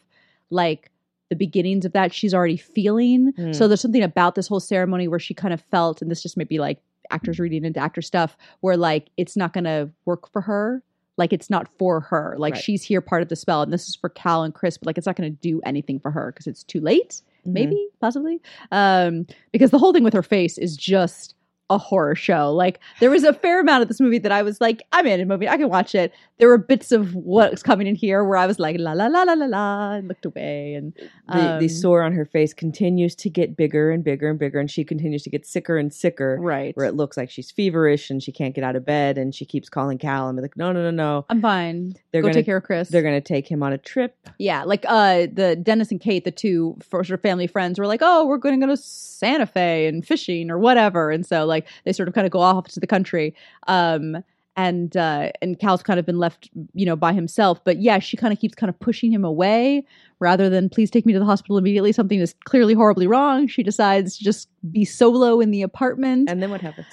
like the beginnings of that she's already feeling
Hmm.
so there's something about this whole ceremony where she kind of felt and this just may be like actors
Hmm.
reading into actor stuff where like it's not gonna work for her like it's not for her like
Right.
she's here part of the spell and this is for cal and chris but like it's not gonna do anything for her because it's too late
Mm-hmm.
maybe possibly um because the whole thing with her face is just a horror show like there was a fair amount of this movie that i was like i'm in a movie i can watch it there were bits of what's coming in here where i was like la la la la la la and looked away and
the, the
um,
sore on her face continues to get bigger and bigger and bigger, and she continues to get sicker and sicker.
right
Where it looks like she's feverish and she can't get out of bed, and she keeps calling Cal and be like, "No, no, no, no,
i'm fine
They're
go
gonna-
take care of chris
they're gonna take him on a trip."
yeah like uh the dennis and kate the two for sort of family friends were like oh we're gonna go to santa fe and fishing or whatever and so like they sort of kind of go off to the country um and uh and cal's kind of been left you know by himself but yeah she kind of keeps kind of pushing him away rather than please take me to the hospital immediately something is clearly horribly wrong she decides to just be solo in the apartment
And then what happens?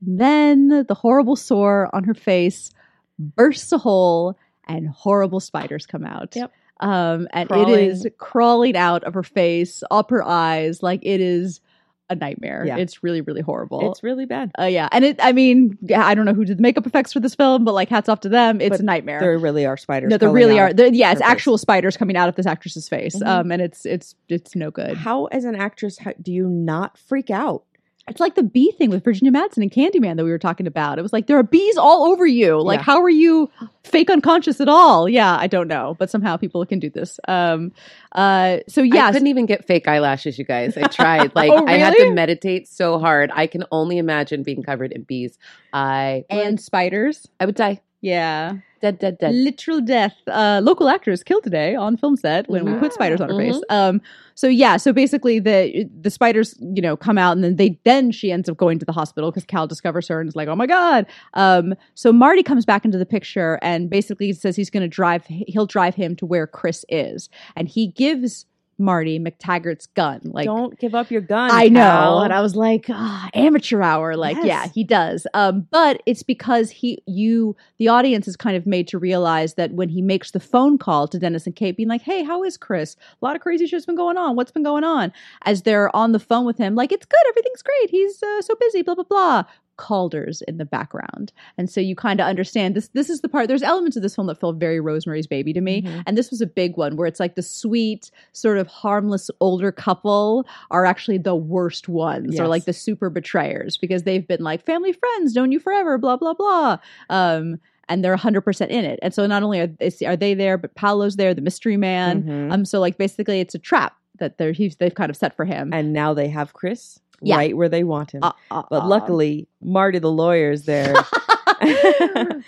then the horrible sore on her face bursts a hole and horrible spiders come out.
Yep.
Um, and
Crawling.
it is crawling out of her face, up her eyes. Like it is a nightmare.
Yeah.
It's really, really horrible.
it's really bad.
uh, yeah. And it, I mean, yeah, I don't know who did the makeup effects for this film, but like hats off to them. It's
But
a nightmare.
There really are spiders.
no, there
crawling
really
out.
are. There, yeah, it's
her face.
actual spiders coming out of this actress's face.
Mhm.
Um, and it's, it's, it's no good.
How, as an actress, how, do you not freak out?
It's like the bee thing with Virginia Madsen and Candyman that we were talking about. It was like there are bees all over you. Like
Yeah.
how are you fake unconscious at all? Yeah, I don't know, but somehow people can do this. Um, uh, so
I
yeah,
couldn't even get fake eyelashes, you guys. I tried. Like
Oh,
I had to
really?
meditate so hard. I can only imagine being covered in bees. I
and spiders.
I would die.
Yeah,
Dead, dead, dead.
literal death. Uh, local actors killed today on film set when we
Mhm.
put spiders on her
Mhm.
face. Um, so yeah, so basically the the spiders you know come out and then they then she ends up going to the hospital because Cal discovers her and is like, oh my god. Um, so Marty comes back into the picture and basically says he's going to drive he'll drive him to where Chris is and he gives Marty McTaggart's gun like.
Don't give up your gun.
I know.
Cal.
And I was like, ah, amateur hour. Like,
Yes.
yeah, he does. Um, but it's because he, you, the audience is kind of made to realize that when he makes the phone call to Dennis and Kate, being like, hey, how is Chris? A lot of crazy shit's been going on. What's been going on? As they're on the phone with him, like, it's good. Everything's great. He's uh, so busy, blah, blah, blah. Calder's in the background. And so you kind of understand this. This is the part, there's elements of this film that felt very Rosemary's Baby to me.
Mhm.
And this was a big one where it's like the sweet, sort of harmless older couple are actually the worst ones or
Yes.
like the super betrayers because they've been like family friends, known you forever, blah, blah, blah. Um, and they're 100% in it. And so not only are, is, are they there, but Paolo's there, the mystery man.
Mhm.
Um, so like basically it's a trap that they're, he's, they've kind of set for him.
and now they have Chris
Yeah.
right where they want him.
Uh, uh,
but
uh.
luckily, Marty the lawyer is there.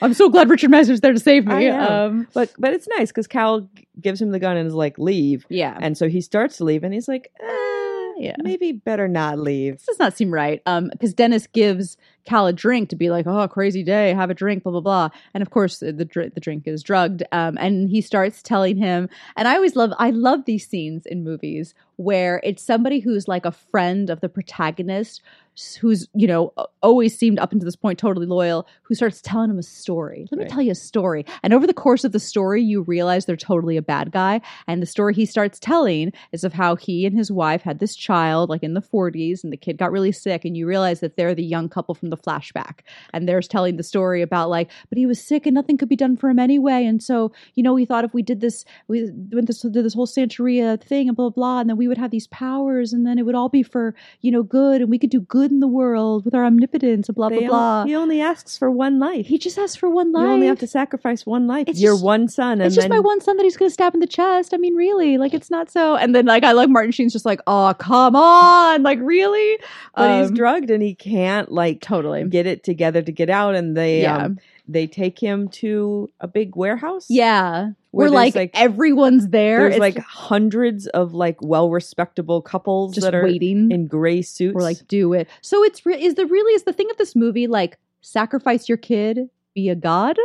I'm so glad Richard Messer's there to save
I
me.
know.
Um,
but but it's nice because Cal g- gives him the gun and is like, "Leave."
yeah.
And so he starts to leave, and he's like, eh,
yeah.
maybe better not leave."
this does not seem right. Um, because Dennis gives Cal a drink to be like, oh, crazy day, have a drink, blah blah blah. And of course, the dr- the drink is drugged. Um, and he starts telling him. And I always love, I love these scenes in movies where it's somebody who's like a friend of the protagonist, s- who's you know a- always seemed up until this point totally loyal, who starts telling him a story. Let me
Right.
tell you a story. And over the course of the story, you realize they're totally a bad guy. And the story he starts telling is of how he and his wife had this child, like in the 40s, and the kid got really sick. And you realize that they're the young couple from the flashback. And they're telling the story about, like, but he was sick and nothing could be done for him anyway. And so, you know, we thought if we did this, we went this, did this whole Santeria thing and blah, blah, blah, and then we would have these powers and then it would all be for, you know, good and we could do good good in the world with our omnipotence and blah
They
blah blah.
on- He only asks for one life.
He just asks for one life.
You only have to sacrifice one life.
It's
your
just-
one son. And
it's just
then,
my one son that he's going to stab in the chest. I mean, really, like it's not so. And then like I love Martin Sheen's just like, oh come on, like really,
But he's
Um,
drugged and he can't like
totally.
get it together to get out. And they
Yeah.
um, they take him to a big warehouse.
Yeah, we're
where there's,
like, everyone's there.
there's
It's
like hundreds of like well respectable couples
just
that are
waiting.
in gray suits.
Mm-hmm. We're like, do it. So it's re- is the really is the thing of this movie like sacrifice your kid, be a god?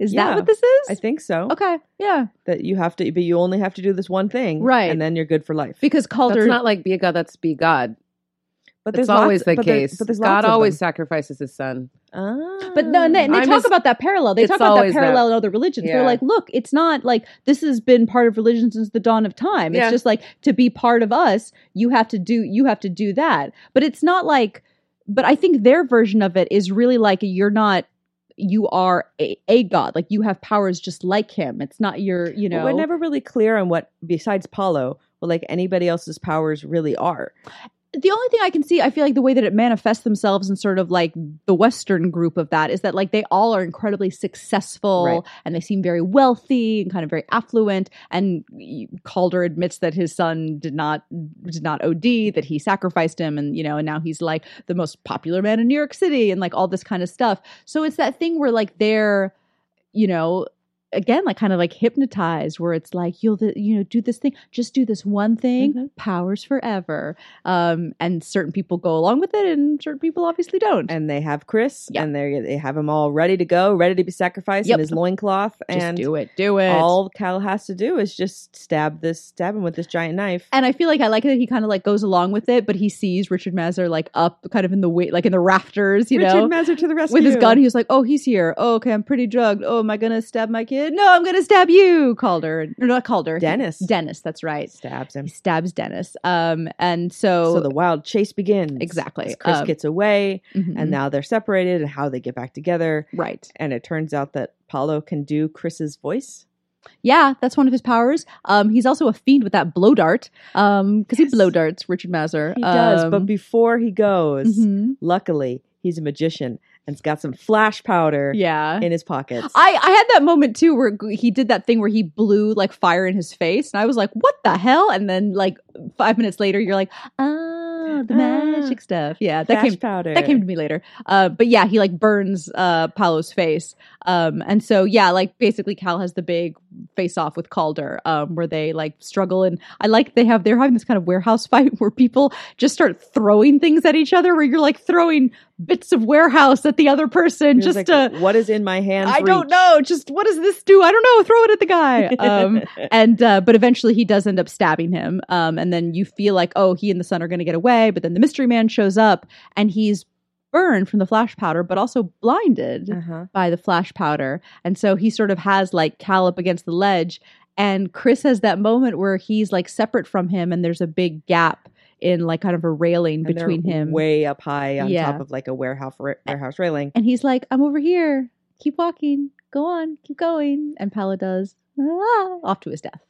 Is
Yeah,
that what this is?
I think so.
okay, yeah,
That you have to, but you only have to do this one thing,
Right.
And then you're good for life.
because Calder.
That's not like be a god. That's be God.
But
That's
lots-
always the
but there-
case.
but there's
God
lots of
always
them.
sacrifices his son.
Ah.
but no, and they, and they
I'm
talk
just-
about that parallel. They
it's
talk about that
always that.
parallel in other religions. They're
Yeah.
like, look, it's not like this has been part of religion since the dawn of time. It's
Yeah.
just like to be part of us, you have to do you have to do that. But it's not like. But I think their version of it is really like you're not. You are a, a god, like you have powers just like him. It's not your, you know.
But we're never really clear on what besides Paulo, what like anybody else's powers really are.
the only thing I can see, I feel like the way that it manifests themselves in sort of like the Western group of that is that like they all are incredibly successful
Right.
and they seem very wealthy and kind of very affluent. And Calder admits that his son did not did not OD, that he sacrificed him, and you know, and now he's like the most popular man in New York City and like all this kind of stuff. So it's that thing where like they're, you know, again like kind of like hypnotized where it's like you'll th- you know do this thing just do this one thing
Mhm.
powers forever um and certain people go along with it and certain people obviously don't
And they have Chris
Yeah.
and they they have him all ready to go, ready to be sacrificed
Yep.
in his loincloth
just
and
do it do it
all Cal has to do is just stab this stab him with this giant knife.
and I feel like I like that he kind of like goes along with it, but he sees Richard Mazur like up, kind of in the way, like in the rafters, you
Richard
know,
Mazur to the rescue
with his gun. He was like, "Oh, he's here. Oh, okay, I'm pretty drugged. Oh, am I gonna stab my kid? No, I'm gonna stab you, Calder. No, not Calder.
Dennis
Dennis. That's right.
stabs
He
him.
stabs Dennis. Um, and so,
So the wild chase begins.
Exactly.
As Chris
Um,
gets away,
Mhm.
and now they're separated, and how they get back together.
right,
And it turns out that Paulo can do Chris's voice.
yeah, that's one of his powers. Um, he's also a fiend with that blow dart. Um, because
Yes.
he blow darts Richard Mazur.
He does, but
Um,
before he goes,
mhm.
Luckily, he's a magician and's got some flash powder
yeah.
in his pockets.
I, I had that moment too where g- he did that thing where he blew like fire in his face and I was like, what the hell? And then like five minutes later you're like, oh the
Ah,
magic stuff. Yeah, that
flash
came
powder.
that came to me later. Uh, but yeah, he like burns uh, Paolo's face. Um, and so yeah, like basically Cal has the big face off with Calder, um, where they like struggle. And I like they have they're having this kind of warehouse fight where people just start throwing things at each other, where you're like throwing bits of warehouse at the other person,
He was
just
like,
to.
what is in my hand?
I don't know. Just what does this do? I don't know. Throw it at the guy. Um, and uh, but eventually he does end up stabbing him um, and then you feel like oh he and the son are going to get away but then the mystery man shows up and he's burned from the flash powder but also blinded
uh-huh.
by the flash powder and so he sort of has like cal up against the ledge and chris has that moment where he's like separate from him and there's a big gap in like kind of a railing
And they're
between him
way up high on
Yeah.
top of like a warehouse ra- warehouse railing.
and he's like i'm over here keep walking go on keep going and pala does ah, off to his death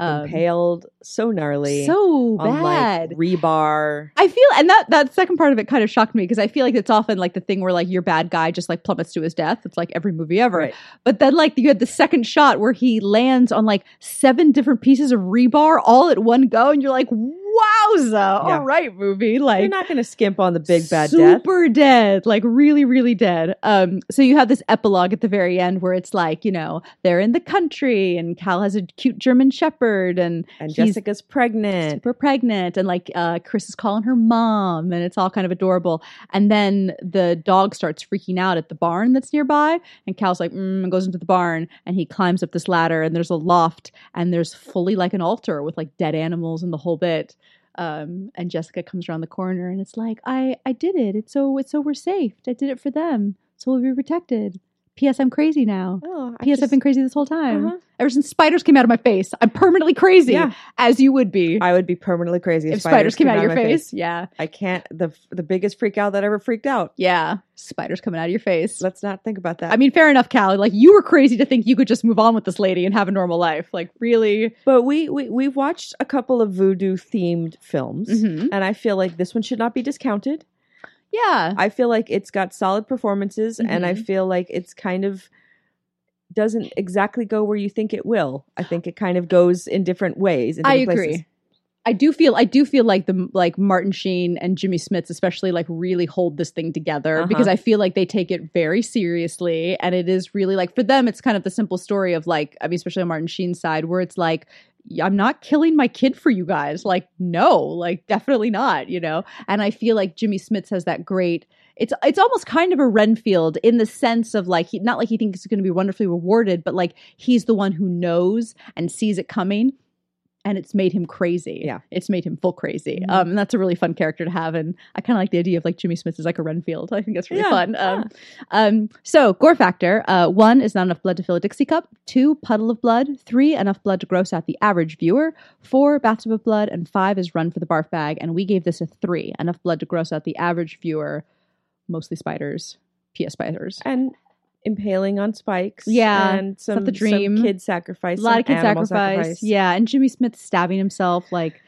impaled so gnarly
um, so
on
bad.
like rebar.
I feel, and that that second part of it kind of shocked me because I feel like it's often like the thing where like your bad guy just like plummets to his death. It's like every movie ever.
Right.
But then like you had the second shot where he lands on like seven different pieces of rebar all at one go, and you're like, wowza!
Yeah.
All right, movie. Like
You're not going to skimp on the big bad death.
super dead like really really dead um so you have this epilogue at the very end where it's like you know they're in the country and cal has a cute german shepherd and
And
He's-
Jessica's pregnant.
super pregnant and like uh, chris is calling her mom and it's all kind of adorable and then the dog starts freaking out at the barn that's nearby and cal's like mm, and goes into the barn and he climbs up this ladder and there's a loft and there's fully like an altar with like dead animals and the whole bit um, and jessica comes around the corner and it's like i i did it it's so it's so we're safe i did it for them so we'll be protected ps i'm crazy now
Oh, I
ps i've
just-
been crazy this whole time
Uh-huh.
ever since spiders came out of my face i'm permanently crazy
Yeah,
as you would be
I would be permanently crazy if,
if spiders, came out of your face. Yeah.
I can't. The the biggest freak out that ever freaked out.
Yeah. Spiders coming out of your face.
Let's not think about that.
I mean, fair enough, Cal. Like, you were crazy to think you could just move on with this lady and have a normal life. Like, really?
But we we we've
Mm-hmm.
watched a couple of voodoo themed films, and I feel like this one should not be discounted.
Yeah.
I feel like it's got solid performances, and
Mm-hmm.
I feel like it's kind of doesn't exactly go where you think it will. I think it kind of goes in different ways. In
I
different
agree.
places.
I do feel I do feel like the like Martin Sheen and Jimmy Smits especially like really hold this thing together
Uh-huh.
because I feel like they take it very seriously and it is really like for them it's kind of the simple story of like I mean especially on Martin Sheen's side where it's like "Y- I'm not killing my kid for you guys like no like definitely not you know and I feel like Jimmy Smits has that great it's it's almost kind of a Renfield in the sense of like he not like he thinks he's going to be wonderfully rewarded but like he's the one who knows and sees it coming and it's made him crazy.
Yeah.
It's made him full crazy.
Mhm.
Um, and that's a really fun character to have. And I kind of like the idea of like Jimmy Smith is like a Renfield. I think that's really
Yeah,
fun. Um, um, so gore factor, uh, one is not enough blood to fill a Dixie cup. Two, puddle of blood. Three, enough blood to gross out the average viewer. Four, bathtub of blood. And five is run for the barf bag. And we gave this a three, enough blood to gross out the average viewer, mostly spiders, PS spiders.
and impaling on spikes.
Yeah,
and
not
some,
the
some
dream.
kid sacrifice.
a lot
some
of kid
animal
sacrifice.
sacrifice.
Yeah, and Jimmy Smith stabbing himself like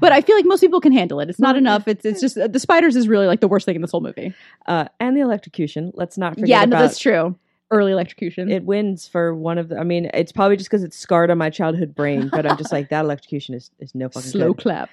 but I feel like most people can handle it. It's not
Mm.
enough. It's it's just the spiders is really like the worst thing in this whole movie.
uh, and the electrocution. Let's not forget.
yeah, no,
about
that's true. Early electrocution.
It wins for one of the. I mean, it's probably just because it's scarred on my childhood brain, but I'm just like that electrocution is, is no fucking
Slow
good.
clap.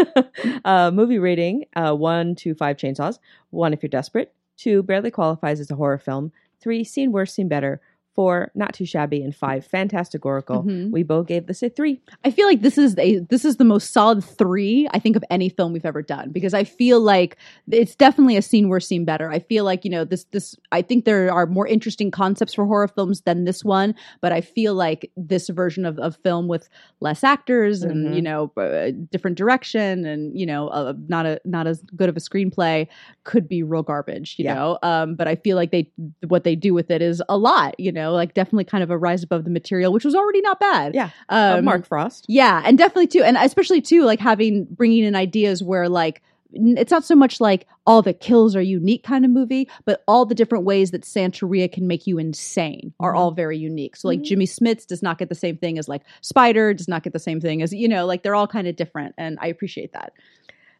uh, movie rating: uh, one to five chainsaws. One, if you're desperate. Two, barely qualifies as a horror film. Three, seen worse, seen better. Four, not too shabby, and five, fantasticorical.
Mhm.
We both gave this a three.
I feel like this is a this is the most solid three I think of any film we've ever done because I feel like it's definitely a scene worse seen better. I feel like you know this this I think there are more interesting concepts for horror films than this one, but I feel like this version of, of film with less actors and
Mhm.
you know uh, different direction and you know uh, not a not as good of a screenplay could be real garbage, you
Yeah.
know. Um, but I feel like they what they do with it is a lot, you know, like definitely kind of a rise above the material, which was already not bad.
Yeah.
um,
Uh, Mark Frost.
yeah, and definitely too, and especially too, like having bringing in ideas where like n- it's not so much like all the kills are unique kind of movie, but all the different ways that Santeria can make you insane are
Mm-hmm.
all very unique. So like
Mhm.
Jimmy Smits does not get the same thing as like Spider does not get the same thing as you know like they're all kind of different, and I appreciate that.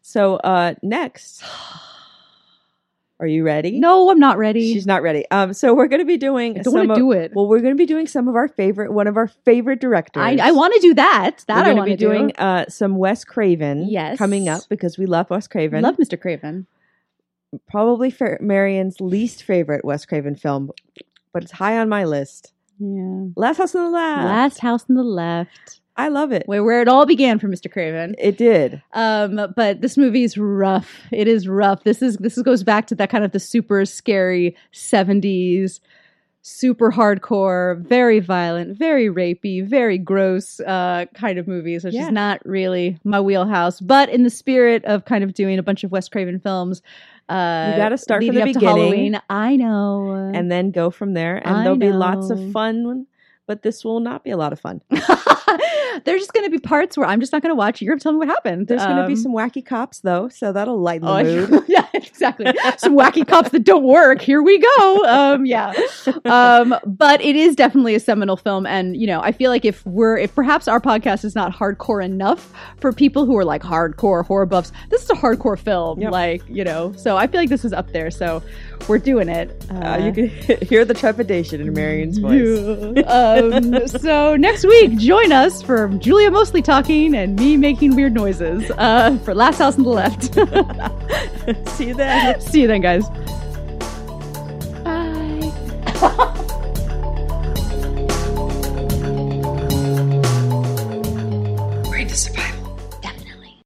So uh, next, are you ready?
No, I'm not ready.
she's not ready. Um, so we're going to be doing.
I don't
some
want to
of-
do it.
Well, we're going to be doing some of our favorite, one of our favorite directors.
I, I want to do that. That
we're
I
gonna
want to
be doing uh, some Wes Craven.
Yes.
coming up because we love Wes Craven.
Love Mr. Craven.
probably Fer- Marion's least favorite Wes Craven film, but it's high on my list.
Yeah.
Last House on the Left.
Last house on the left,
I love it.
where where it all began for Mr. Craven.
It did.
Um, but this movie is rough. It is rough. This is this goes back to that kind of the super scary seventies, super hardcore, very violent, very rapey, very gross uh, kind of movies, which
Yeah.
is not really my wheelhouse. But in the spirit of kind of doing a bunch of Wes Craven films, uh,
You gotta start from
leading
the
up to
beginning.
Halloween. I know,
And then go from there, and
I
there'll be lots of
know.
fun. But this will not be a lot of fun.
there's just going to be parts where I'm just not going to watch. You're going to tell me what happened.
There's going to be
Um,
some wacky cops, though, so that'll lighten the
Oh,
mood.
yeah, exactly. Some wacky cops that don't work. Here we go. Um, yeah. Um, but it is definitely a seminal film, and you know, I feel like if we're, if perhaps our podcast is not hardcore enough for people who are like hardcore horror buffs, this is a hardcore film.
Yeah.
Like you know, so I feel like this is up there. So we're doing it.
Uh, you can hear the trepidation in Marion's voice.
Yeah. um, so next week, join us for Julia mostly talking and me making weird noises uh, for Last House on the Left.
See you then.
See you then, guys.